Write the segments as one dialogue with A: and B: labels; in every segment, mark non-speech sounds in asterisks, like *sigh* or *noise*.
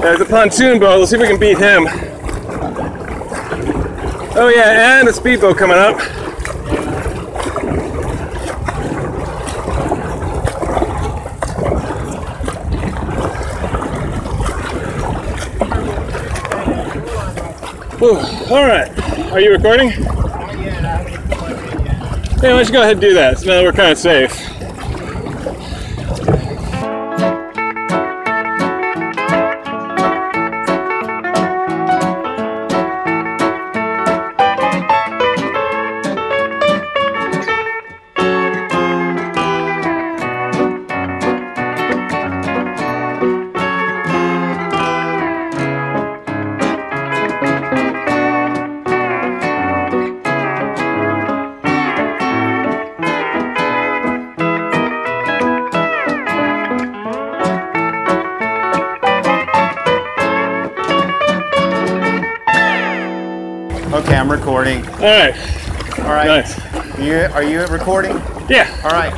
A: There's a pontoon boat. Let's see if we can beat him. Oh yeah, and a speedboat coming up. Whew. All right. Are you recording? Yeah, let's go ahead and do that. So now we're kind of safe.
B: Okay, I'm recording.
A: All right.
B: All right.
A: Nice.
B: You, are you recording?
A: Yeah.
B: All right.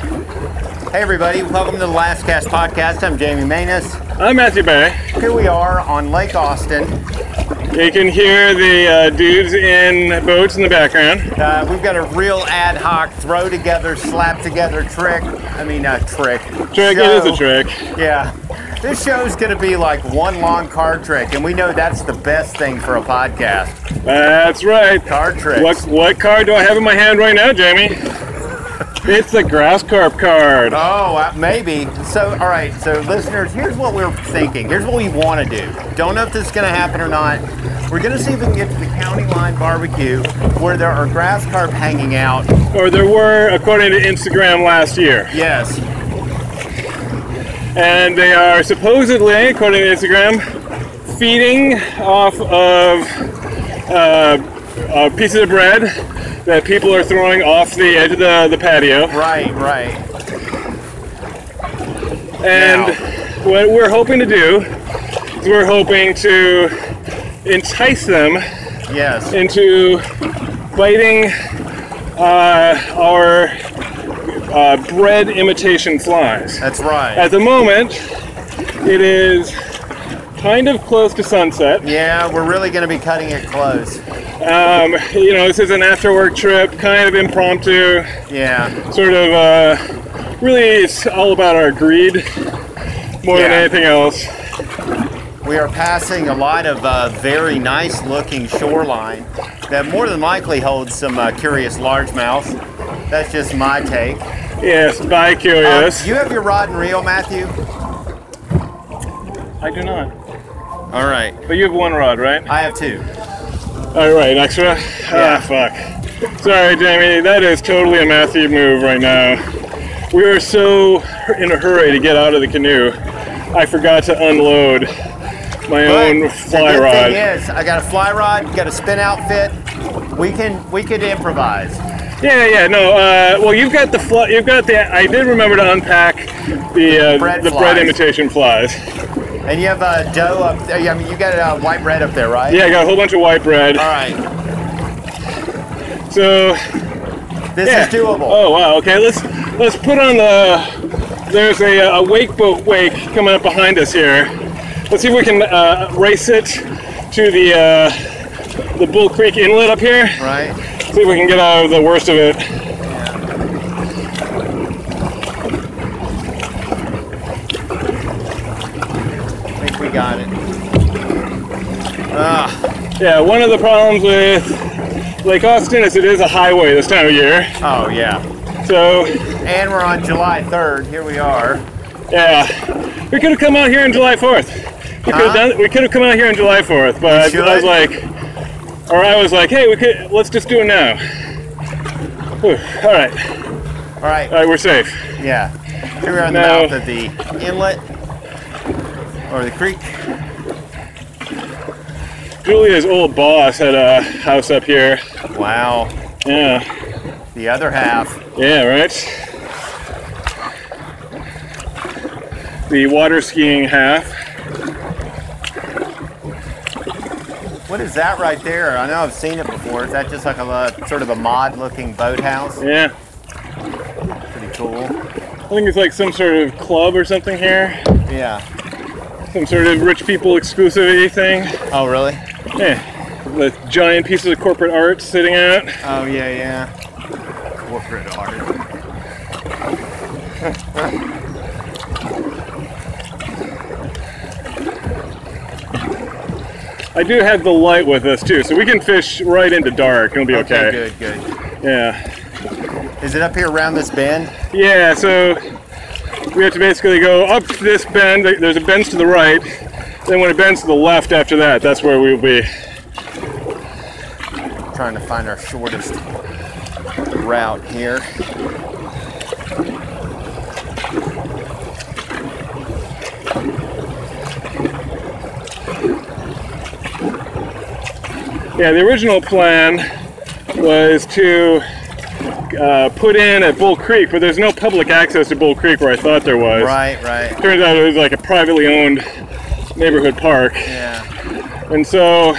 B: Hey, everybody. Welcome to the Last Cast Podcast. I'm Jamie Manus.
A: I'm Matthew Barry.
B: Here we are on Lake Austin.
A: You can hear the uh, dudes in boats in the background.
B: Uh, we've got a real ad hoc throw together, slap together trick. I mean, uh, trick.
A: Trick. It is a
B: Show.
A: trick.
B: Yeah. This show's going to be like one long card trick, and we know that's the best thing for a podcast.
A: That's right.
B: Card tricks.
A: What what card do I have in my hand right now, Jamie? It's the grass carp card.
B: Oh, uh, maybe. So, all right. So, listeners, here's what we're thinking. Here's what we want to do. Don't know if this is going to happen or not. We're going to see if we can get to the county line barbecue where there are grass carp hanging out.
A: Or there were, according to Instagram last year.
B: Yes.
A: And they are supposedly, according to Instagram, feeding off of uh, uh, pieces of bread that people are throwing off the edge of the, the patio.
B: Right, right.
A: And what we're hoping to do is we're hoping to entice them
B: Yes.
A: into biting uh, our uh, bread imitation flies.
B: That's right.
A: At the moment, it is kind of close to sunset.
B: Yeah, we're really going to be cutting it close.
A: Um, you know, this is an after work trip, kind of impromptu,
B: Yeah.
A: sort of uh, really it's all about our greed more than
B: Yeah.
A: anything else.
B: We are passing a lot of uh, very nice looking shoreline that more than likely holds some uh, curious largemouth. That's just my take.
A: Yes, by
B: Um,
A: curious.
B: you have your rod and reel, Matthew?
A: I do not.
B: All right.
A: But you have one rod, right?
B: I have two.
A: All Oh, right, extra. Ah,
B: Yeah.
A: fuck. Sorry, Jamie. That is totally a Matthew move right now. We were so in a hurry to get out of the canoe, I forgot to unload my own fly
B: the good
A: rod.
B: thing is, I got a fly rod, got a spin outfit. We can we could improvise.
A: Yeah, yeah, no. Uh, well, you've got the fly. You've got the. I did remember to unpack the uh,
B: Bread
A: the bread
B: flies.
A: imitation flies.
B: And you have a dough up there. I mean, you got uh, white bread up there, right?
A: Yeah, I got a whole bunch of white bread.
B: All right.
A: So
B: This
A: yeah.
B: is doable.
A: Oh wow. Okay, let's let's put on the. There's a, uh, a wake boat wake coming up behind us here. Let's see if we can uh, race it to the uh, the Bull Creek Inlet up here.
B: Right.
A: See if we can get out of the worst of it.
B: I think we got it. Ah.
A: Yeah, one of the problems with Lake Austin is it is a highway this time of year.
B: Oh yeah.
A: So
B: And we're on July 3rd. Here we are.
A: Yeah, we could have come out here on July Fourth. We could
B: Huh?
A: have done. We could have come out here on July Fourth, but
B: You
A: I, I was
B: should.
A: like, or I was like, hey, we could. Let's just do it now. Whew, All right,
B: All right.
A: all right, we're safe.
B: Yeah. Here we are in the
A: No.
B: mouth of the inlet or the creek.
A: Julia's old boss had a house up here.
B: Wow.
A: Yeah,
B: The other half.
A: yeah, right. The water skiing half.
B: What is that right there? I know I've seen it before. Is that just like a uh, sort of a mod-looking boathouse?
A: Yeah,
B: Pretty cool.
A: I think it's like some sort of club or something here.
B: Yeah.
A: some sort of rich people exclusivity thing.
B: Oh, really?
A: Yeah, Eh, with giant pieces of corporate art sitting out.
B: Oh, yeah, yeah. Corporate art.
A: I do have the light with us too, so we can fish right into dark. It'll be okay.
B: Good, good.
A: Yeah,
B: Is it up here around this bend?
A: yeah. So we have to basically go up this bend. There- There's a bend to the right. Then when it bends to the left after that, that's where we'll be.
B: Trying to find our shortest route here.
A: Yeah, the original plan was to uh, put in at Bull Creek, but there's no public access to Bull Creek where I thought there was.
B: Right, right.
A: Turns out it was like a privately owned neighborhood park.
B: Yeah.
A: and so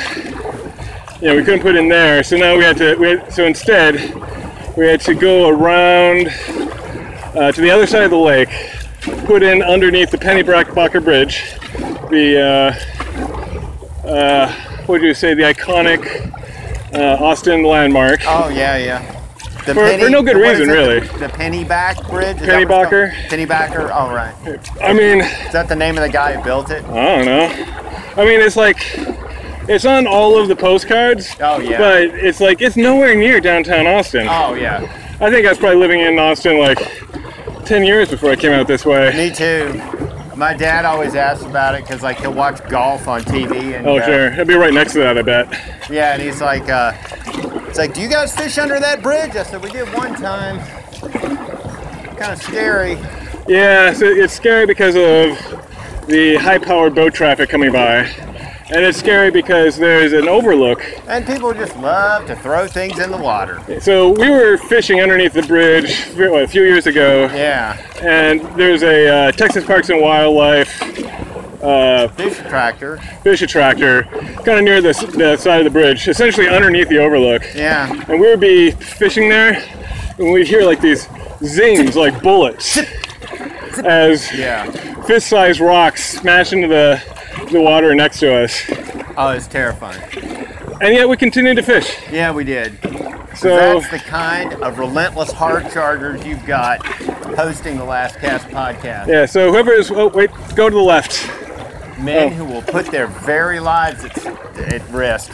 A: yeah, we couldn't put in there. So now we had to. We had, so instead, we had to go around uh, to the other side of the lake, put in underneath the Penny Pennybrackbacher Bridge, the uh, uh, what do you say, the iconic uh, Austin landmark.
B: Oh, yeah, yeah. The
A: For- for no good
B: what is
A: reason,
B: it?
A: really.
B: The Pennyback Bridge? Is that what it's called? Pennybacker, oh, right.
A: I mean,
B: Is that the name of the guy who built it?
A: I don't know. I mean, it's like it's on all of the postcards.
B: Oh, yeah.
A: But it's like it's nowhere near downtown Austin.
B: Oh, yeah.
A: I think I was probably living in Austin like 10 years before I came out this way.
B: Me too. My dad always asks about it because like he'll watch golf on TV and
A: Oh,
B: uh,
A: sure. It'd be right next to that, I bet.
B: yeah, and he's like, uh, it's like, do you guys fish under that bridge? I said we did one time. Kind of scary.
A: Yeah, so it's scary because of the high powered boat traffic coming by. And it's scary because there's an overlook.
B: And people just love to throw things in the water.
A: So we were fishing underneath the bridge what, a few years ago,
B: Yeah,
A: and there's a uh, Texas Parks and Wildlife uh,
B: fish attractor.
A: fish attractor kind of near the, s- the side of the bridge, essentially underneath the overlook.
B: Yeah.
A: and we would be fishing there, and we'd hear like these zings, like bullets, as
B: Yeah.
A: fist-sized rocks smash into the the water next to us.
B: Oh, it's terrifying.
A: And yet we continued to fish.
B: Yeah, we did.
A: So
B: That's the kind of relentless hard chargers you've got hosting the Last Cast podcast.
A: yeah, so whoever is oh wait, go to the left.
B: men
A: Oh.
B: who will put their very lives at, at risk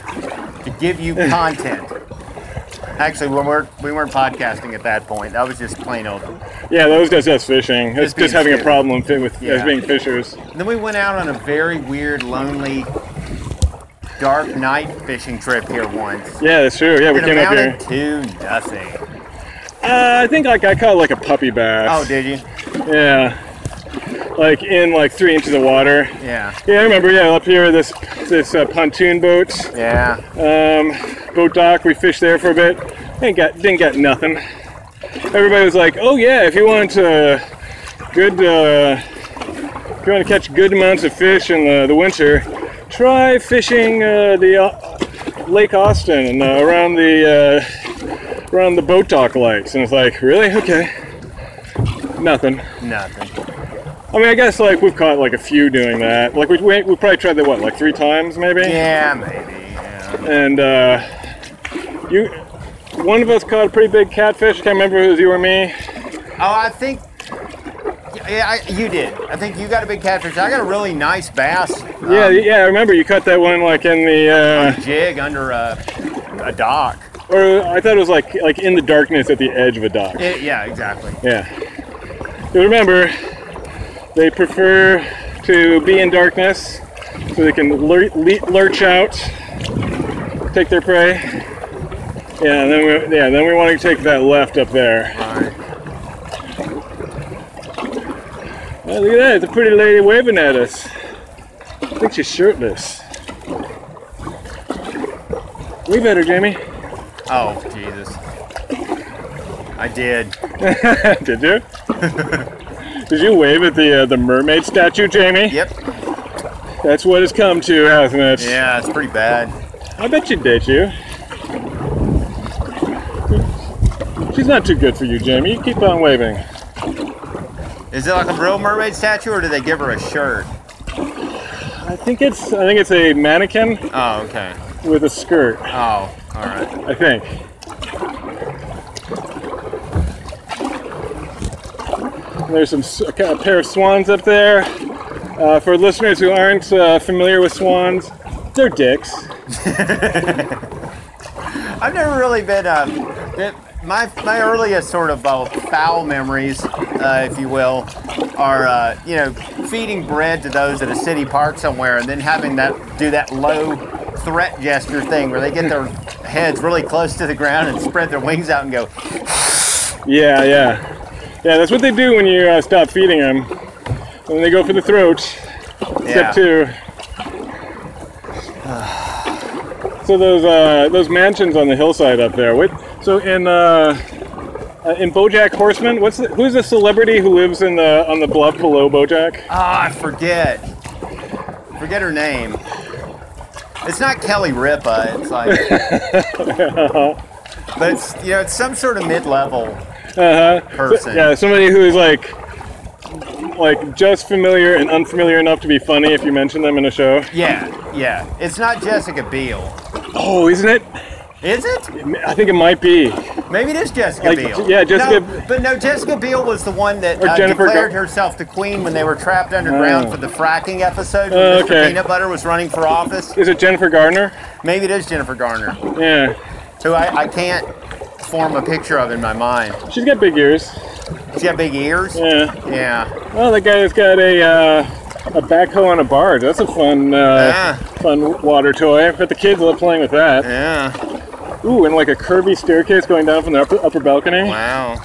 B: to
A: *laughs*
B: give you content. Actually, we weren't we weren't podcasting at that point. That was just plain old.
A: Yeah, that was just us fishing. It's
B: Just being
A: just having a
B: stupid.
A: problem fit with as
B: Yeah.
A: being fishers.
B: And then we went out on a very weird, lonely, dark night fishing trip here once.
A: Yeah, that's true. Yeah, we
B: It
A: came up here.
B: amounted to nothing.
A: Uh, I think like I caught like a puppy
B: Oh,
A: bass.
B: did you?
A: Yeah, like in like three inches of water.
B: Yeah.
A: Yeah, I remember. Yeah, up here this this uh, pontoon boat.
B: Yeah.
A: um, boat dock. We fished there for a bit. Didn't get didn't get nothing. Everybody was like, "Oh yeah, if you want uh, good, uh, if you want to catch good amounts of fish in the, the winter, try fishing uh, the uh, Lake Austin and uh, around the uh, around the boat dock lights." And it's like, really? Okay, nothing.
B: Nothing.
A: I mean, I guess like we've caught like a few doing that. Like we we, we probably tried that what like three times maybe
B: Yeah, maybe. Yeah.
A: and uh, you, one of us caught a pretty big catfish. Can't remember if it was you or me.
B: Oh, I think. Yeah, I, you did. I think you got a big catfish. I got a really nice bass.
A: Yeah,
B: um,
A: yeah, I remember you caught that one like in the,
B: jig under a, a dock.
A: uh, or I thought it was like like in the darkness at the edge of a dock.
B: Yeah, Eh, yeah, exactly.
A: Yeah. But remember, they prefer to be in darkness so they can lur- le- lurch out, take their prey. Yeah, and then we, yeah, then we want to take that left up there. Oh, look at that, it's a pretty lady waving at us. I think she's shirtless. We better, Jamie.
B: Oh, Jesus. I did.
A: *laughs* Did you? Did you wave at the uh, the mermaid statue, Jamie?
B: Yep.
A: That's what it's come to, hasn't it?
B: Yeah, it's pretty bad.
A: I bet she date you. She's not too good for you, Jamie. You keep on waving.
B: Is it like a real mermaid statue, or do they give her a shirt?
A: I think it's I think it's a mannequin
B: Oh, okay.
A: with a skirt.
B: Oh, all right.
A: I think. There's some s- a pair of swans up there. Uh, for listeners who aren't uh, familiar with swans, they're dicks.
B: I've never really been. Um, it, my my earliest sort of uh, foul memories, uh, if you will, are uh, you know feeding bread to those at a city park somewhere, and then having that do that low threat gesture thing where they
A: *laughs*
B: get their heads really close to the ground and spread their wings out and go.
A: Yeah, yeah, yeah. That's what they do when you uh, stop feeding them. When they go for the throat.
B: Yeah.
A: Step two. So those uh, those mansions on the hillside up there. What? So in uh, uh, in BoJack Horseman, what's the, who's the celebrity who lives in the on the bluff below BoJack?
B: Ah, I forget. Forget her name. It's not Kelly Ripa. It's
A: *laughs*
B: like. but it's you know it's some sort of mid-level person.
A: Uh-huh. Yeah, somebody who's like like just familiar and unfamiliar enough to be funny if you mention them in a show.
B: Yeah, yeah. It's not Jessica Biel,
A: Oh, isn't it?
B: is it?
A: I think it might be.
B: Maybe it is Jessica
A: Like,
B: Biel.
A: yeah, Jessica-
B: No, but no, Jessica Biel was the one that
A: Or
B: uh,
A: Jennifer
B: declared
A: Gar-
B: herself the queen when they were trapped underground
A: Oh.
B: for the fracking episode when
A: Oh,
B: Mr.
A: okay.
B: Peanut Butter was running for office.
A: Is it Jennifer Garner?
B: Maybe it is Jennifer Garner,
A: Yeah,
B: who I, I can't form a picture of in my mind.
A: she's got big ears.
B: She got big ears.
A: Yeah.
B: Yeah.
A: Oh, that guy's got a uh, a backhoe on a barge. That's a fun uh,
B: Yeah.
A: fun water toy. But the kids love playing with that.
B: Yeah.
A: Ooh, and like a curvy staircase going down from the upper, upper balcony.
B: Wow.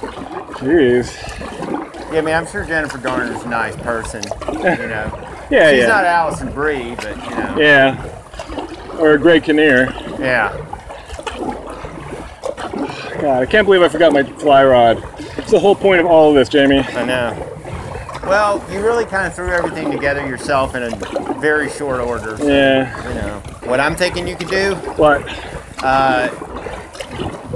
A: Jeez.
B: Yeah, I mean, I'm sure Jennifer Garner's a nice person. You know,
A: *laughs* Yeah,
B: she's
A: yeah,
B: not Allison Brie, but you know,
A: yeah. Or a Greg Kinnear.
B: yeah.
A: God, I can't believe I forgot my fly rod. It's the whole point of all of this, Jamie.
B: I know. Well, you really kind of threw everything together yourself in a very short order.
A: Yeah.
B: You know, what I'm thinking you could do,
A: What?
B: uh,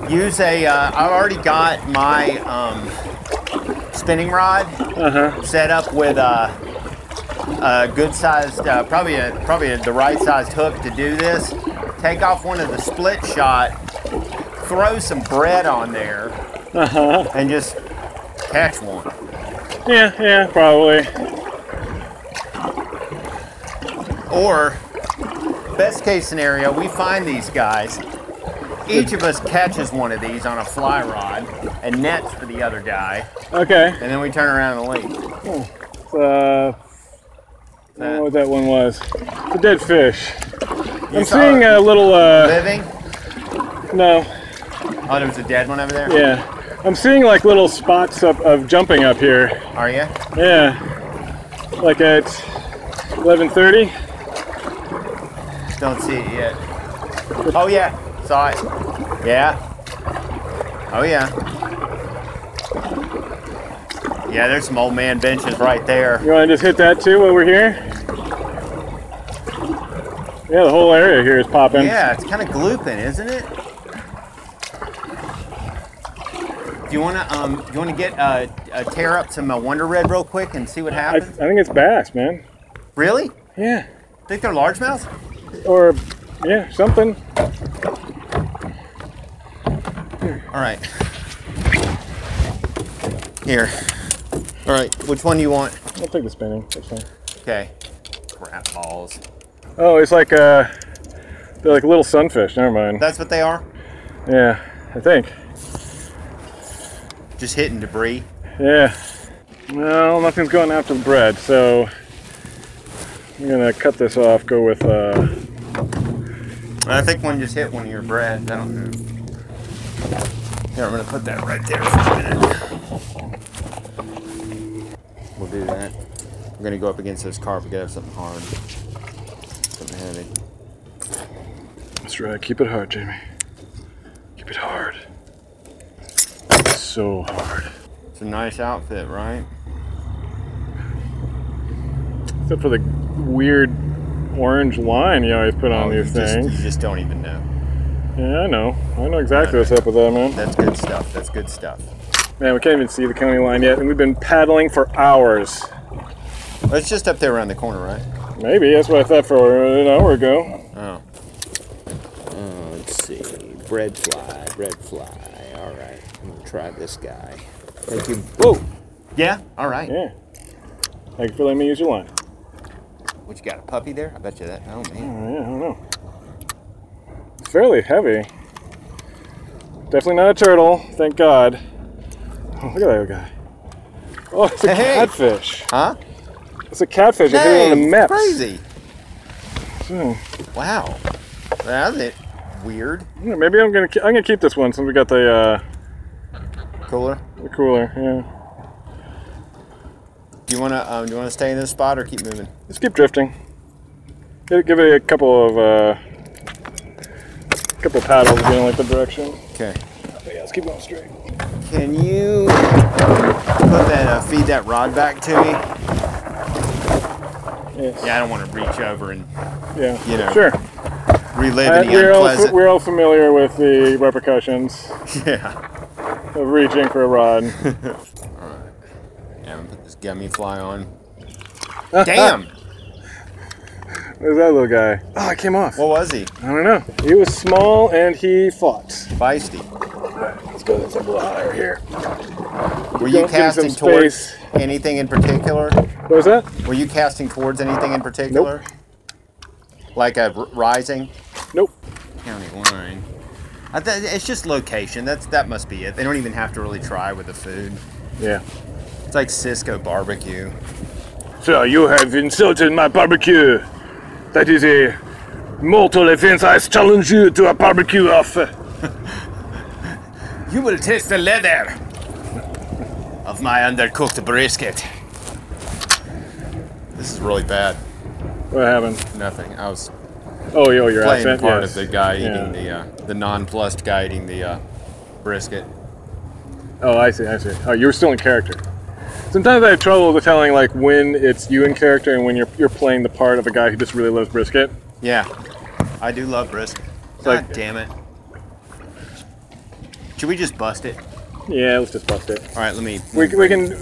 B: use a. Uh, I've already got my um, spinning rod
A: Uh huh.
B: set up with a, a good sized, uh, probably a, probably a, the right sized hook to do this. Take off one of the split shot, throw some bread on there,
A: Uh huh.
B: and just catch one.
A: Yeah, yeah, probably.
B: Or, best case scenario, we find these guys. Each of us catches one of these on a fly rod and nets for the other guy,
A: Okay.
B: and then we turn around and leave.
A: Uh, I don't know what that one was. It's a dead fish. I'm
B: saw
A: seeing
B: it.
A: a little. Uh,
B: Living?
A: no.
B: Oh, there was a dead one over there.
A: Yeah. I'm seeing like little spots up of jumping up here.
B: Are you?
A: Yeah. Like at 11:30.
B: Don't see it yet. Oh yeah, saw it. Yeah. Oh yeah. Yeah, there's some old man benches right there.
A: You want to just hit that too while we're here? Yeah, the whole area here is popping.
B: Yeah, it's kind of glooping, isn't it? Do you wanna um, do you wanna get uh, uh, tear up some uh, Wonder Red real quick and see what
A: I, I
B: happens?
A: think it's bass, man.
B: Really?
A: Yeah.
B: Think they're largemouth?
A: Or yeah, something.
B: All right. Here. All right. Which one do you want?
A: I'll take the spinning. That's fine.
B: Okay. Crap balls.
A: Oh, it's like uh, they're like little sunfish. Never mind.
B: That's what they are.
A: Yeah, I think.
B: Just hitting debris.
A: Yeah. Well, nothing's going after the bread, so I'm gonna cut this off. Go with uh,
B: I think one just hit one of your breads. I don't know. Here, I'm gonna put that right there for a minute. We'll do that. We're gonna go up against this car. We gotta have something hard, something heavy.
A: That's right. Keep it hard, Jamie. Keep it hard. So hard.
B: It's a nice outfit, right?
A: Except for the weird orange line you always put on
B: you
A: these
B: Oh, just,
A: things.
B: you just don't even know.
A: Yeah, I know. I know exactly what's up with that, man.
B: That's good stuff. That's good stuff.
A: Man, we can't even see the county line yet, and we've been paddling for hours.
B: Well, It's just up there around the corner, right?
A: Maybe that's what I thought for an hour ago.
B: Oh.
C: Uh, let's see. Bread fly, bread fly. All right. I'm going to try this guy. Thank you. Whoa.
B: Yeah. All right.
A: Yeah. Thank you for letting me use your line.
B: What you got? A puppy there? I bet you that. Oh
A: Oh,
B: man.
A: yeah, I don't know. It's fairly heavy. Definitely not a turtle, thank God. Oh, look at that guy. Oh, it's a
B: Hey.
A: catfish.
B: Huh?
A: It's a catfish. I hit it on the
B: Dang,
A: map. Hmm.
B: crazy. Wow. That's it. Weird.
A: Maybe I'm gonna ke- I'm gonna keep this one since we got the uh,
B: Cooler.
A: the cooler. Yeah,
B: Do you wanna um, do you wanna stay in this spot or keep moving?
A: let's keep drifting. Give it, give it a couple of uh, couple paddles if you don't like the direction.
B: Okay.
A: But yeah, let's keep going straight.
B: Can you put that uh, feed that rod back to me?
A: Yes.
B: Yeah, I don't want to reach over and
A: Yeah.
B: You know,
A: sure.
B: relive
A: I-
B: any
A: we're, all, fa-
B: unpleasant.
A: we're all familiar with the repercussions
B: *laughs* yeah.
A: of reaching for a rod.
B: Yeah, I'm gonna put this gummy
A: *laughs*
B: fly on. *laughs* Damn.
A: There's that little guy. Oh, I came off.
B: What was he?
A: I don't know. He was small and he fought.
B: Feisty.
A: Let's go this up a little higher here.
B: Were you
A: Don't give him some
B: casting towards
A: space.
B: anything in particular?
A: What was that?
B: Were you casting towards anything in particular? Like a r- rising
A: Nope.
B: county line. I th- it's just location. That's that must be it. They don't even have to really try with the food.
A: Yeah.
B: It's like Cisco barbecue.
A: Sir, you have insulted my barbecue. That is a mortal offense. I challenge you to a barbecue off.
B: You will taste the leather of my undercooked brisket. This is really bad.
A: What happened?
B: Nothing. I was
A: Oh, yo, your
B: playing
A: accent.
B: part
A: yes.
B: of the guy eating
A: Yeah.
B: the uh, the nonplussed guy eating the uh, brisket.
A: Oh, I see. I see. Oh, you were still in character. Sometimes I have trouble with telling like when it's you in character and when you're you're playing the part of a guy who just really loves brisket.
B: Yeah, I do love brisket. God
A: like-
B: damn it. Should we just bust it?
A: Yeah, let's just bust it.
B: All right, let me.
A: We, we can.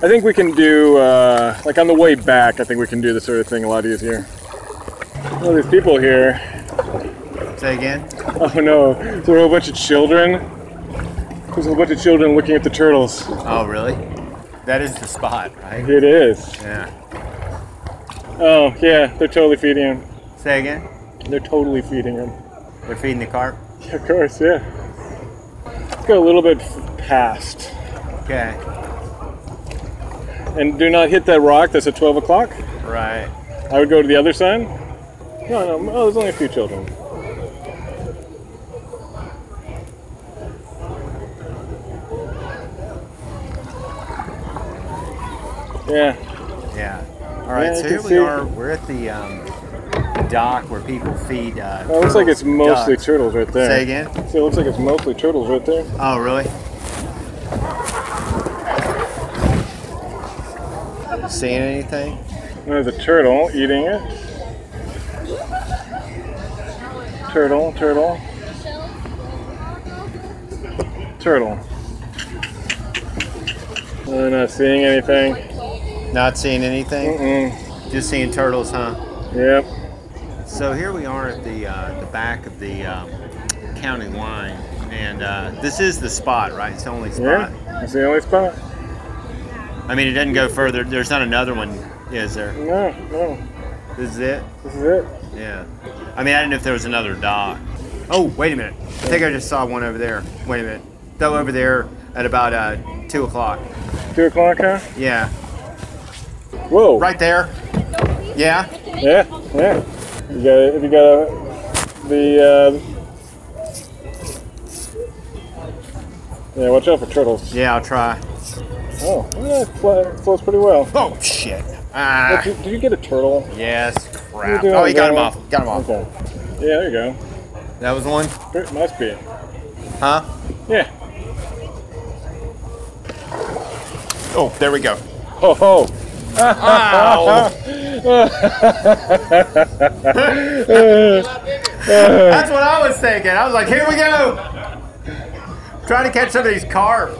A: I think we can do uh, like on the way back. I think we can do this sort of thing a lot easier. All these people here. *laughs*
B: say again.
A: Oh no! There's a whole bunch of children. There's a whole bunch of children looking at the turtles.
B: Oh, really? That is the spot, right?
A: It is.
B: Yeah.
A: Oh yeah, they're totally feeding him.
B: Say again.
A: They're totally feeding him.
B: They're feeding the carp.
A: Yeah, of course, yeah. Let's go a little bit f- past,
B: Okay.
A: and do not hit that rock. That's at 12 o'clock.
B: Right.
A: I would go to the other side. No, no. Oh, there's only a few children. Yeah.
B: Yeah. All right.
A: Yeah, I
B: so
A: can
B: here we
A: see-
B: are. We're at the um, dock where people feed. Uh,
A: Well, it looks like it's
B: turtles
A: mostly
B: duck.
A: turtles right there.
B: Say again.
A: So it looks like it's mostly turtles right there.
B: Oh, really? Seeing anything?
A: There's a turtle eating it. Turtle, turtle. Turtle. I'm not seeing anything.
B: Not seeing anything.
A: Mm-mm.
B: Just seeing turtles, huh?
A: Yep.
B: So here we are at the uh, the back of the um, county line, and uh, this is the spot, right? It's the only
A: Yeah.
B: spot.
A: That's the only spot.
B: I mean, it doesn't go further. There's not another one, is there?
A: No, no.
B: This is it.
A: This is it.
B: Yeah. I mean, I didn't know if there was another dock. Oh, wait a minute. I think I just saw one over there. Wait a minute. That one over there at about uh, 2 o'clock.
A: Two o'clock, huh?
B: Yeah.
A: Whoa.
B: Right there. Yeah.
A: Yeah, yeah. You got if you got a, the uh, yeah. Watch out for turtles.
B: Yeah, I'll try.
A: Oh, yeah, it flo- it floats pretty well.
B: Oh, shit.
A: Look,
B: Ah.
A: Did, did you get a turtle?
B: Yes.
A: You're
B: Crap.
A: doing
B: Oh, he got him
A: well.
B: off. Got him off.
A: Okay. Yeah, there you go.
B: That was one.
A: It must be it.
B: Huh?
A: Yeah.
B: Oh, there we go.
A: Ho
B: Oh.
A: ho. Ah. *laughs*
B: Ow. That's what I was thinking. I was like, here we go. Trying to catch some of these carp.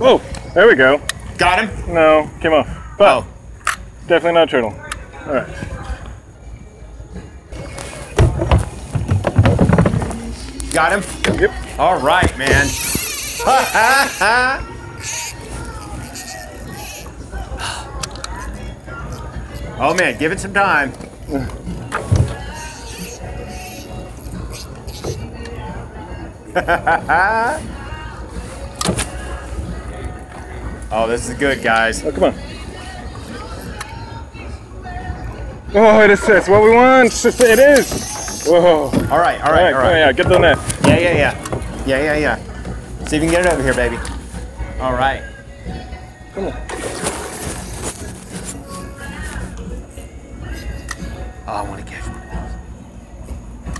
A: Oh, there we go.
B: Got him.
A: No, came off. But
B: Oh.
A: Definitely not a turtle. All right.
B: Got him?
A: Yep.
B: All right, man. *laughs* oh man, give it some time. *laughs* oh, this is good, guys.
A: Oh, come on. Oh, it is this. What we want. It is. Whoa.
B: All right, all
A: All
B: right, all
A: right,
B: right.
A: yeah, get the net.
B: Yeah, yeah, yeah. Yeah, yeah, yeah. See if you can get it over here, baby. All right.
A: Come on.
B: Oh, I want to catch one of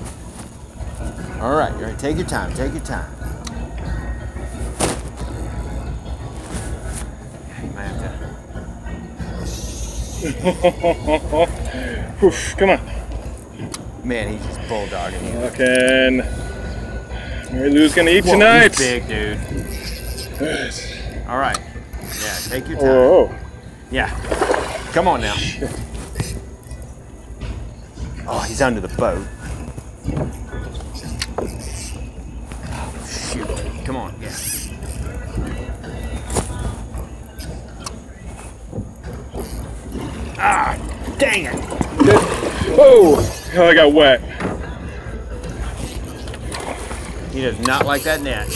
B: those. All right, all right. Take your time. Take your time. Yeah, you might have to-
A: *laughs* Oof, come on.
B: Man, he's just bulldogging you.
A: Fucking. Mary Lou's gonna eat
B: Whoa, he's
A: tonight. Oh,
B: big, dude. All right. Yeah, take your time.
A: Whoa.
B: Yeah. Come on now. Oh, he's under the boat. Oh, shoot. Come on. Yeah. Ah, dang it.
A: Oh, oh, I got wet.
B: He does not like that net.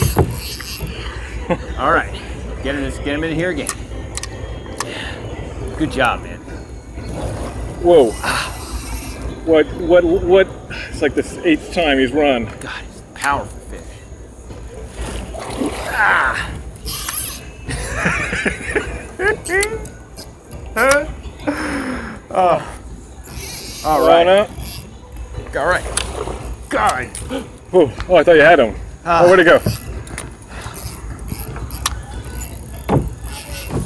B: All right. Get him, get him in here again. Good job, man.
A: Whoa. What, what, what? It's like the eighth time he's run.
B: God, it's a powerful fish. Ah. All
A: Run
B: right.
A: up.
B: All right. God.
A: Whoa. Oh, I thought you had him.
B: Ah.
A: oh, where'd he go?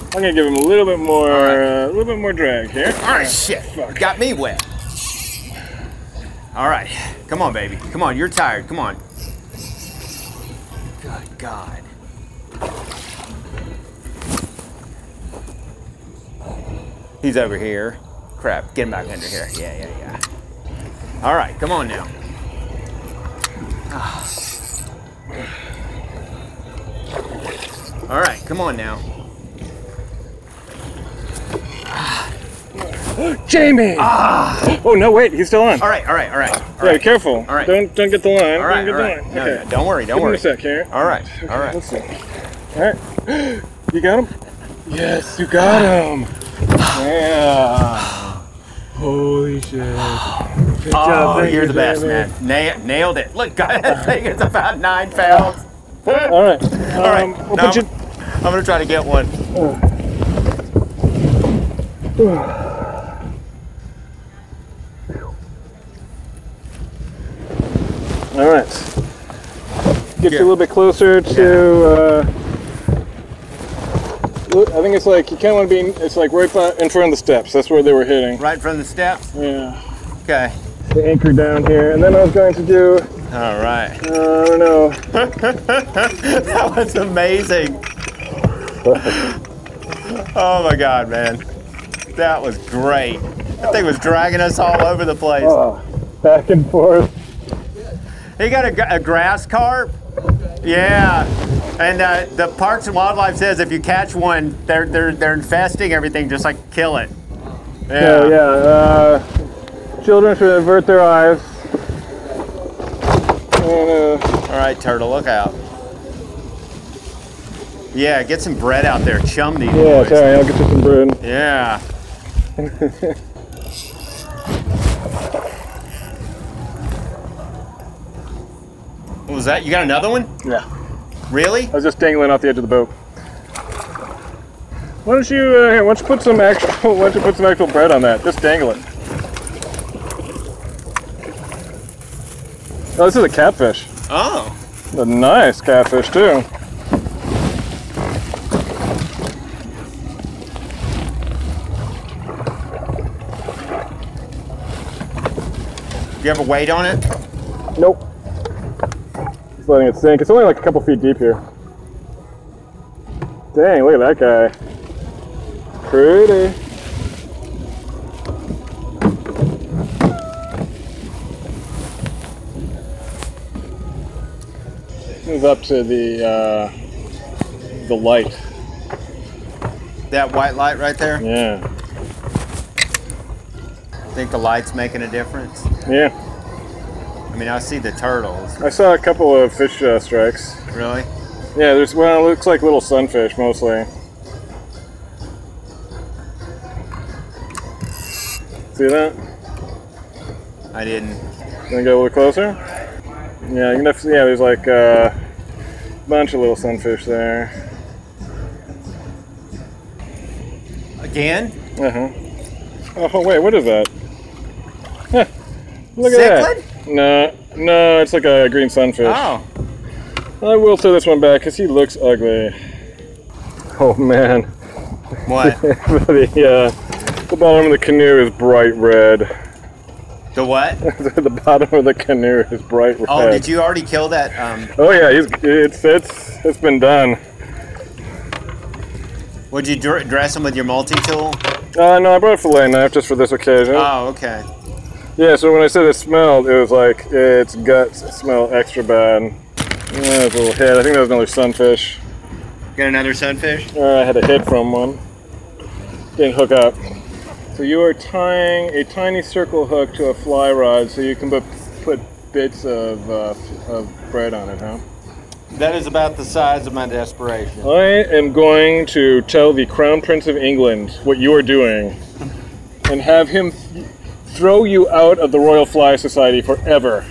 A: I'm gonna give him a little bit more,
B: right.
A: uh, a little bit more drag here.
B: All right. Shit. Got me wet. All right. Come on, baby. Come on. You're tired. Come on. Good God. He's over here. Crap. Get him back under here. Yeah, yeah, yeah. All right. Come on now. Ah. All right. Come on now.
A: Jamie! Oh no, wait, he's still on.
B: Ah. All right. All right. All right. All
A: yeah,
B: right.
A: careful.
B: All right.
A: Don't don't get the line.
B: All right.
A: Don't
B: All
A: get the
B: right.
A: line.
B: No,
A: okay.
B: no, don't worry. Don't
A: Give me
B: worry.
A: a sec here.
B: All right. All right.
A: Let's see. All right. *gasps* You got him? Yes, you got him. Yeah. Holy shit. Good
B: Oh,
A: job. Thank
B: you're
A: you,
B: the best,
A: Jamie.
B: man. Na- nailed it. Look, *laughs* guys, that thing is about nine pounds.
A: All right. All
B: right.
A: Um, We'll
B: Now-
A: put you,
B: I'm gonna try to get one.
A: all right. Get you
B: Here.
A: a little bit closer to. Uh, look, I think it's like you kind of want to be. It's like right by, in front of the steps. That's where they were hitting.
B: Right from the steps.
A: Yeah.
B: Okay.
A: The anchor down here, and then I was going to do.
B: All right. *laughs*
A: Uh, I don't know.
B: that was amazing. *laughs* oh my God, man. That was great. That thing was dragging us all over the place.
A: Oh, back and forth.
B: He got a, gra- a grass carp. Yeah. And uh, the Parks and Wildlife says if you catch one, they're they're they're infesting everything. Just like kill it.
A: Yeah, yeah. Uh, children should avert their eyes. And, uh,
B: All right, turtle, look out. Yeah, get some bread out there. Chum these
A: yeah,
B: boys.
A: sorry, I'll get you some bread. *laughs*
B: Yeah. what was that? You got another one?
A: Yeah.
B: Really?
A: I was just dangling off the edge of the boat. Why don't you uh, here? Why don't you put some actual? *laughs* Why don't you put some actual bread on that? Just dangle it. Oh, this is a catfish.
B: Oh.
A: A nice catfish too.
B: You ever wait on it?
A: Nope. Just letting it sink. It's only like a couple feet deep here. Dang, look at that guy. Pretty. is up to the uh, the light.
B: That white light right there.
A: Yeah,
B: Think the light's making a difference?
A: yeah.
B: I mean, I see the turtles.
A: I saw a couple of fish uh, strikes.
B: Really?
A: Yeah, there's well, it looks like little sunfish mostly. See that?
B: I didn't.
A: Gonna get a little closer. Yeah, you can def- yeah. There's like a bunch of little sunfish there.
B: Again?
A: Uh huh. Oh wait, what is that? Huh, Look at that. No, no, it's like a green sunfish.
B: Oh.
A: I will throw this one back because he looks ugly. Oh man, *laughs*
B: What?
A: the uh, the bottom of the canoe is bright red.
B: the
A: *laughs*
B: what?
A: the bottom of the canoe is bright red.
B: Oh, did you already kill that? Um,
A: Oh yeah, he's, it's it's it's been done.
B: would you dr- dress them with your multi-tool?
A: Uh, no, I brought a fillet knife just for this occasion.
B: Oh, okay.
A: Yeah, so when I said it smelled, it was like its guts smell extra bad. Yeah, there's a little hit. I think that was another sunfish.
B: Got another sunfish?
A: Uh, I had a hit from one. Didn't hook up. So you are tying a tiny circle hook to a fly rod so you can put, put bits of, uh, f- of bread on it, huh?
B: That is about the size of my desperation.
A: I am going to tell the Crown Prince of England what you are doing and have him th- throw you out of the Royal Fly Society forever.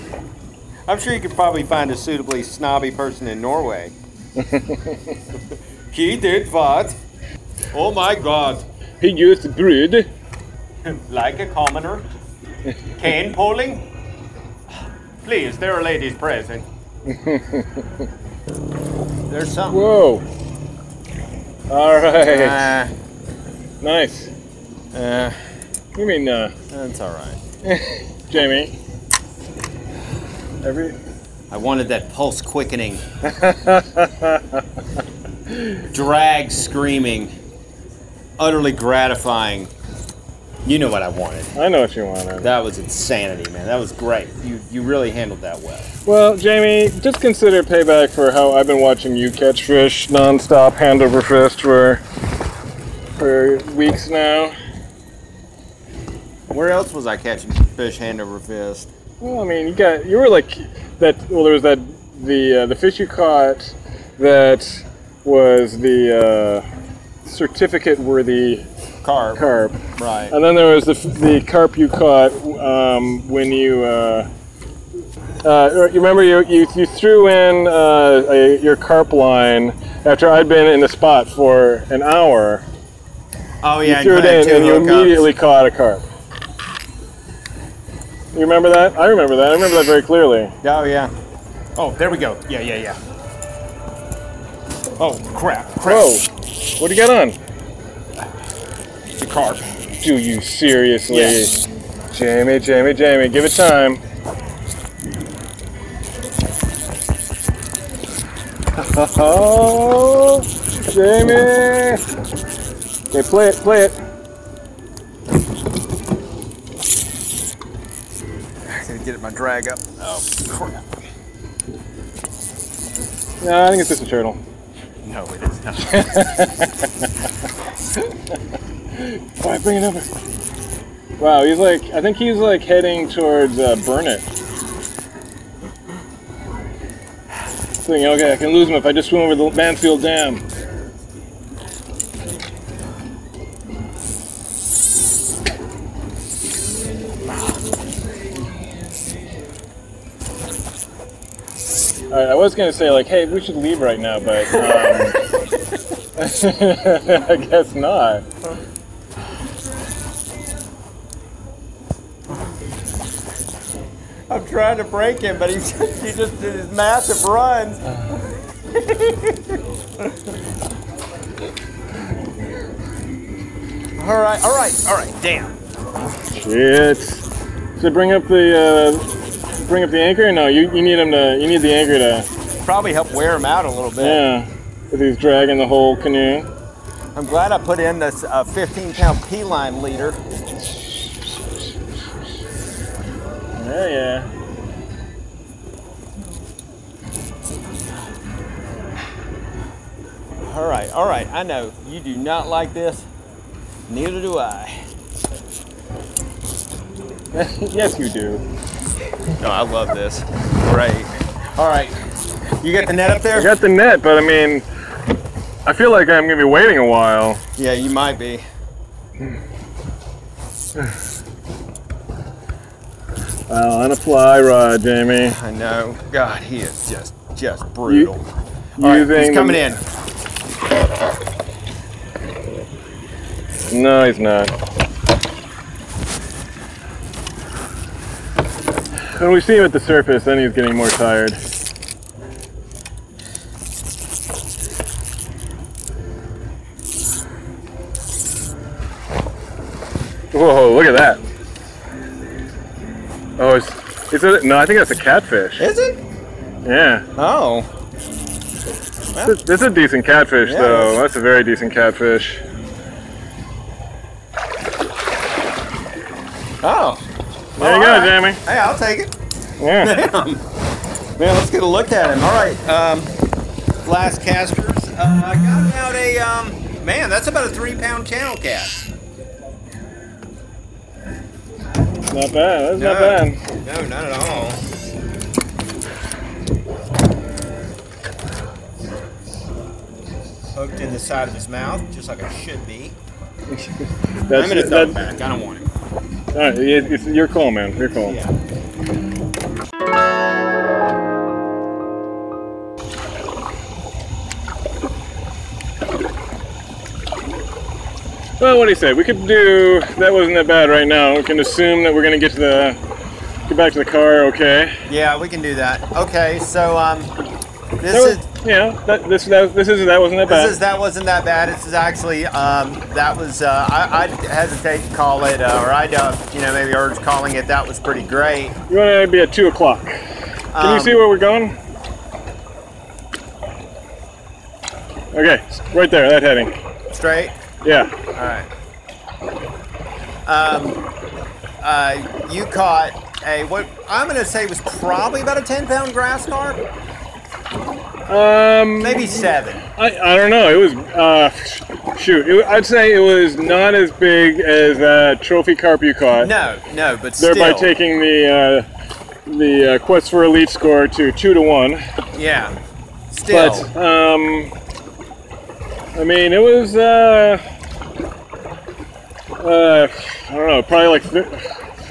B: I'm sure you could probably find a suitably snobby person in *laughs* Norway. he did what? Oh my god.
A: He used bread.
B: *laughs* like a commoner. Cane polling? Please, there are ladies present. *laughs* There's something.
A: Whoa. All right.
B: Uh,
A: nice.
B: uh,
A: You mean, uh,
B: that's all right.
A: Jamie? Every.
B: I wanted that pulse quickening. Drag screaming. Utterly gratifying. You know what I wanted.
A: *laughs* I know what you wanted.
B: That was insanity, man. That was great. You you really handled that well.
A: Well, Jamie, just consider payback for how I've been watching you catch fish nonstop, hand over fist, for for weeks now.
B: Where else was I catching fish hand over fist?
A: Well, I mean, you got you were like that. Well, there was that the uh, the fish you caught that was the uh, certificate worthy
B: Carp.
A: carp. Uh,
B: Right.
A: And then there was the, the carp you caught um, when you. Uh, uh, you remember you, you, you threw in uh, a, your carp line after I'd been in the spot for an hour.
B: Oh yeah,
A: threw
B: and
A: it
B: you had
A: in
B: two
A: and you
B: hookups.
A: immediately caught a carp. You remember that? I remember that. I remember that very clearly.
B: Oh yeah. Oh, there we go. Yeah, yeah, yeah. Oh crap! Crap!
A: Whoa! What do you got on?
B: It's a carp.
A: Do you seriously?
B: Yes.
A: Jamie, Jamie, Jamie, give it time. *laughs* Oh, Jamie! Okay, play it, play it.
B: Gotta get my drag up. Oh crap!
A: No, I think it's just a turtle.
B: No, it is not.
A: *laughs* All right, bring it over. Wow, he's like, I think he's like heading towards uh, Burn It. Thinking, okay, I can lose him if I just swim over the Mansfield Dam. All right, I was gonna say like, hey, we should leave right now, but um, *laughs* I guess not.
B: *laughs* I'm trying to break him, but he's just, he *laughs* just did his massive runs. *laughs* all right, all right, all right. Damn.
A: Shit. So bring up the uh, bring up the anchor. No, you, you need him to you need the anchor to
B: Probably helped wear him out a little bit.
A: yeah. Because he's dragging the whole canoe.
B: I'm glad I put in this uh, 15 pound P line leader.
A: Yeah, yeah.
B: All right, all right. I know you do not like this. Neither do I.
A: *laughs* yes, you do.
B: No, I love this. Great. All right. You got the net
A: I
B: up there?
A: got the net, but I mean, I feel like I'm gonna be waiting a while.
B: Yeah, you might be.
A: Well, uh, on a fly rod, Jamie.
B: I know. God, he is just just brutal. All right,
A: Using
B: he's
A: the-
B: coming in.
A: No, he's not. When we see him at the surface, then he's getting more tired. Whoa, look at that. Oh, it's, is it? No, I think that's a catfish.
B: Is it?
A: Yeah.
B: Oh,
A: This, this is a decent catfish,
B: Yeah,
A: though.
B: that's-
A: That's a very decent catfish.
B: oh.
A: There you
B: All
A: go,
B: right.
A: Jamie.
B: Hey, I'll take it. *laughs*
A: Yeah.
B: Damn. Man, let's get a look at him. All right. Um, last casters. Uh, I got about a um, man. That's about a three-pound channel cast.
A: Not bad. That's not
B: No.
A: bad.
B: No, not at all. Hooked in the side of his mouth, just like it should be.
A: That's,
B: I'm gonna throw
A: that-
B: it back. I don't want it.
A: all right, it- it's your call, man. Your call.
B: Yeah.
A: Well, what do you say? We could do. That wasn't that bad right now. We can assume that we're gonna get to the, get back to the car. Okay.
B: Yeah, we can do that. Okay, so um,
A: That
B: this is
A: was, yeah. That, this that this is that wasn't that bad.
B: this is that wasn't that bad. This is actually um, that was uh, I I'd hesitate to call it uh, or I'd uh, you know maybe urge calling it that was pretty great.
A: you want to be at two o'clock? Can you
B: Um,
A: see where we're going? Okay, s- right there. That heading.
B: Straight.
A: Yeah.
B: All right. Um, uh, you caught a what I'm gonna say was probably about a 10 pound grass carp,
A: Um.
B: maybe seven.
A: I, I don't know. It was uh, sh- shoot. It, wa- I'd say it was not as big as uh, trophy carp you caught.
B: No, no, but
A: thereby
B: still.
A: taking the uh, the uh, quest for elite score to two to one.
B: yeah. Still.
A: But um, I mean, it was uh, uh, I don't know, probably like th-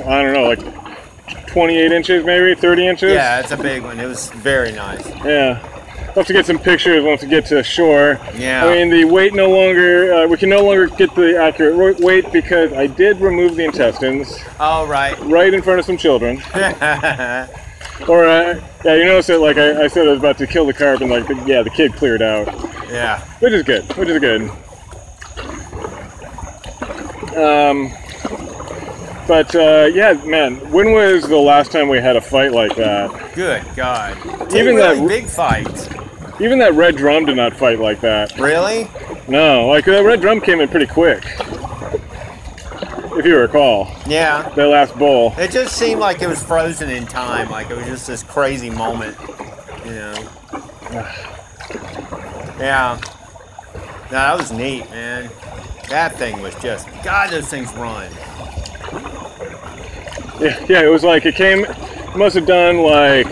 A: I don't know, like 28 inches, maybe 30 inches.
B: yeah, it's a big one. It was very nice.
A: Yeah. We'll have to get some pictures once we get to shore.
B: Yeah.
A: I mean, the weight no longer, uh, we can no longer get the accurate ro- weight because I did remove the intestines
B: All right. *laughs*
A: right in front of some children.
B: yeah,
A: Or uh, yeah, you notice that like I, I said I was about to kill the carp, and like the, yeah, the kid cleared out, which is good, which is good. Um, but uh, yeah, man, when was the last time we had a fight like that?
B: good God. Two
A: Even
B: really
A: that-
B: big fights.
A: Even that red drum did not fight like that.
B: Really?
A: No, like that red drum came in pretty quick, if you recall,
B: Yeah.
A: that last bowl.
B: It just seemed like it was frozen in time. Like it was just this crazy moment, you know. *sighs* Yeah. No, that was neat, man. That thing was just God. Those things
A: *laughs*
B: run.
A: Yeah, yeah, it was like it came, it must have done like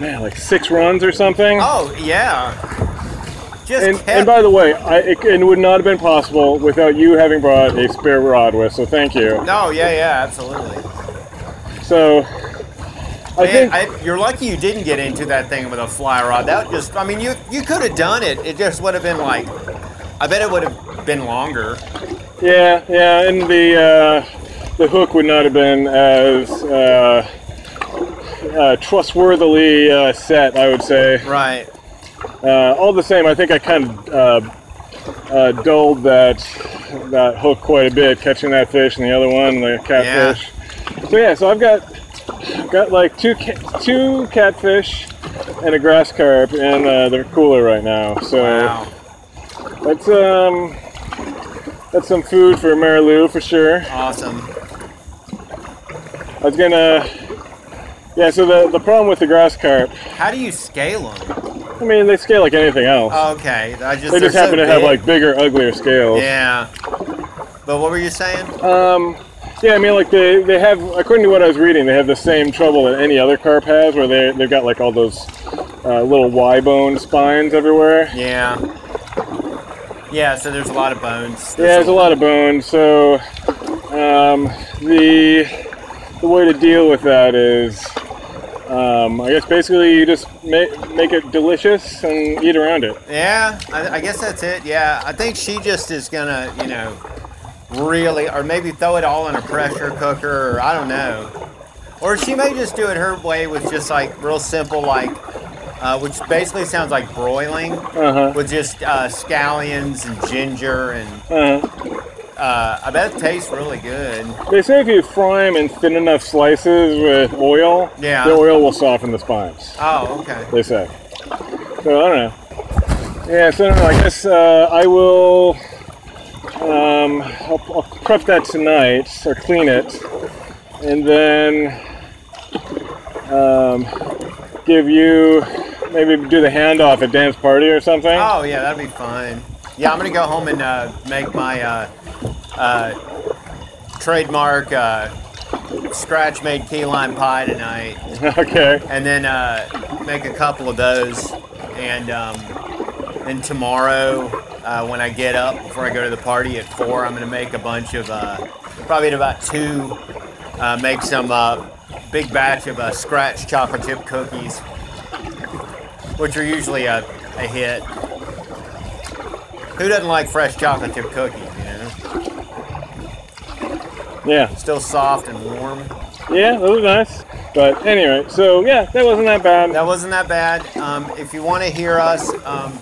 A: man, like six runs or something.
B: Oh yeah. Just
A: And,
B: kept.
A: and by the way, I, it, it would not have been possible without you having brought a spare rod with, so thank you.
B: no, Oh, yeah, yeah, absolutely.
A: So, I
B: Man,
A: think,
B: I, you're lucky you didn't get into that thing with a fly rod. That just, I mean, you you could have done it. It just would have been like, I bet it would have been longer.
A: yeah, yeah, and the uh, the hook would not have been as uh, uh, trustworthily uh, set, I would say.
B: Right.
A: Uh, all the same, I think I kind of uh, uh, dulled that that hook quite a bit, catching that fish and the other one, the catfish. So yeah, so I've got got like two ca- two catfish and a grass carp in uh, the cooler right now. So
B: Wow.
A: that's um that's some food for Marilou for sure.
B: Awesome.
A: I was gonna yeah. So the the problem with the grass carp
B: How do you scale them?
A: I mean, they scale like anything else.
B: Uh, Okay, I just
A: they just
B: they're
A: happen
B: so
A: to have
B: big.
A: like bigger, uglier scales.
B: yeah. But what were you saying?
A: Um, yeah, I mean, like they, they have, according to what I was reading, they have the same trouble that any other carp has, where they they've got like all those uh, little Y-bone spines everywhere.
B: Yeah. Yeah, so there's a lot of bones.
A: Yeah, there's a lot of bones. So um, the the way to deal with that is, um, I guess basically you just make make it delicious and eat around it.
B: Yeah, I, I guess that's it. Yeah, I think she just is gonna, you know, really, or maybe throw it all in a pressure cooker, or I don't know. Or she may just do it her way with just like real simple, like, uh, which basically sounds like broiling,
A: Uh huh.
B: with just uh, scallions and ginger, and
A: Uh huh.
B: uh, I bet it tastes really good.
A: They say if you fry them in thin enough slices with oil,
B: Yeah.
A: the oil will soften the spines.
B: Oh, okay.
A: They say. So I don't know. Yeah. So I, don't know. I guess uh, I will. Um, I'll, I'll prep that tonight or clean it, and then um, give you maybe do the handoff at dance party or something.
B: Oh, yeah, that'd be fun. Yeah, I'm gonna go home and uh, make my uh, uh, trademark uh, scratch made key lime pie tonight.
A: *laughs* okay.
B: and then uh, make a couple of those. And um, then tomorrow, uh, when I get up before I go to the party at four, I'm gonna make a bunch of uh, probably at about two, uh, make some uh, big batch of uh, scratch chocolate chip cookies, which are usually a, a hit. Who doesn't like fresh chocolate chip cookies? You know,
A: Yeah.
B: still soft and warm.
A: Yeah. Those are nice. But anyway, so yeah, that wasn't that bad.
B: That wasn't that bad. Um, if you want to hear us um,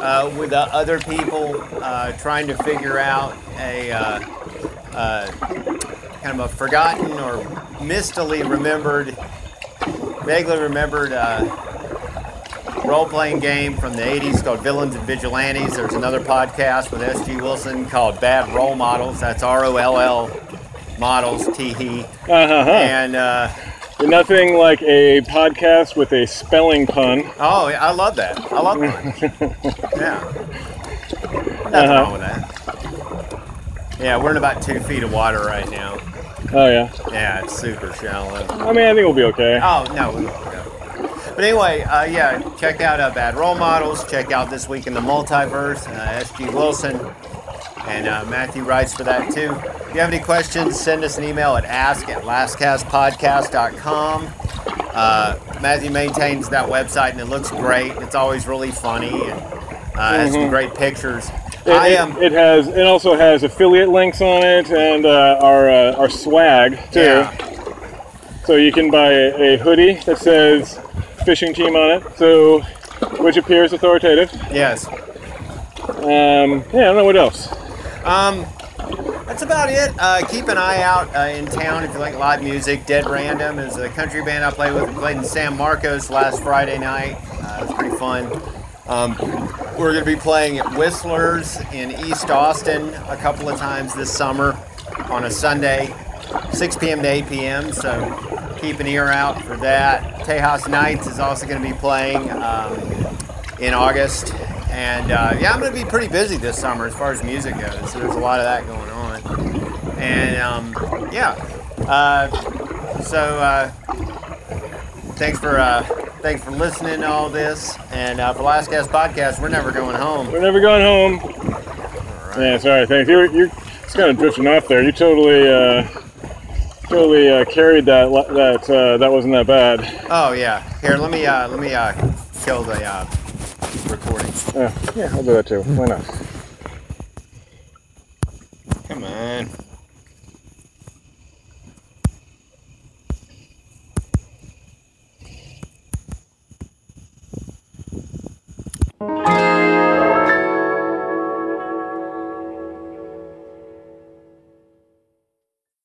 B: uh, with uh, other people uh, trying to figure out a uh, uh, kind of a forgotten or mistily remembered, vaguely remembered uh, role playing game from the 80s called Villains and Vigilantes, there's another podcast with S.G. Wilson called Bad Role Models. That's R O L L models, tee hee.
A: Uh huh.
B: And. Uh,
A: Nothing like a podcast with a spelling pun.
B: Oh, yeah, I love that. I love lunch. yeah. Nothing
A: Uh-huh.
B: wrong with that. Yeah, we're in about two feet of water right now.
A: Oh yeah.
B: Yeah, it's super shallow.
A: I mean, I think we'll be okay.
B: Oh, no, we won't go. But anyway, uh, yeah, check out uh, Bad Role Models. Check out This Week in the Multiverse, uh, S.G. Wilson. And uh, Matthew writes for that too. If you have any questions, send us an email at ask at lastcastpodcast.com. Uh, Matthew maintains that website and it looks great. It's always really funny and uh, has some great pictures.
A: Mm-hmm. It,
B: I
A: it-
B: am.
A: It has. It also has affiliate links on it and uh, our uh, our swag too.
B: yeah.
A: So you can buy a, a hoodie that says fishing team on it. So. Which appears authoritative.
B: Yes.
A: Um, yeah, I don't know what else.
B: Um, that's about it. Uh, keep an eye out uh, in town if you like live music. Dead Random is a country band I play with. We played in San Marcos last Friday night. Uh, it was pretty fun. Um, we're going to be playing at Whistlers in East Austin a couple of times this summer on a Sunday, 6 p.m. to 8 p.m. So keep an ear out for that. Tejas Nights is also going to be playing. Um, in August. And uh, yeah, I'm going to be pretty busy this summer as far as music goes. There's a lot of that going on. And um, yeah, uh, so uh, thanks for uh, thanks for listening to all this. And uh, for Last Cast Podcast, we're never going home.
A: We're never going home. Yeah, sorry. Thanks. You're you're it's kind of drifting off there. You totally uh, totally uh, carried that la- that uh, that wasn't that bad.
B: Oh yeah, here let me uh, let me uh, kill the uh, recording.
A: Uh, yeah, I'll do that too. Why not?
B: Come on.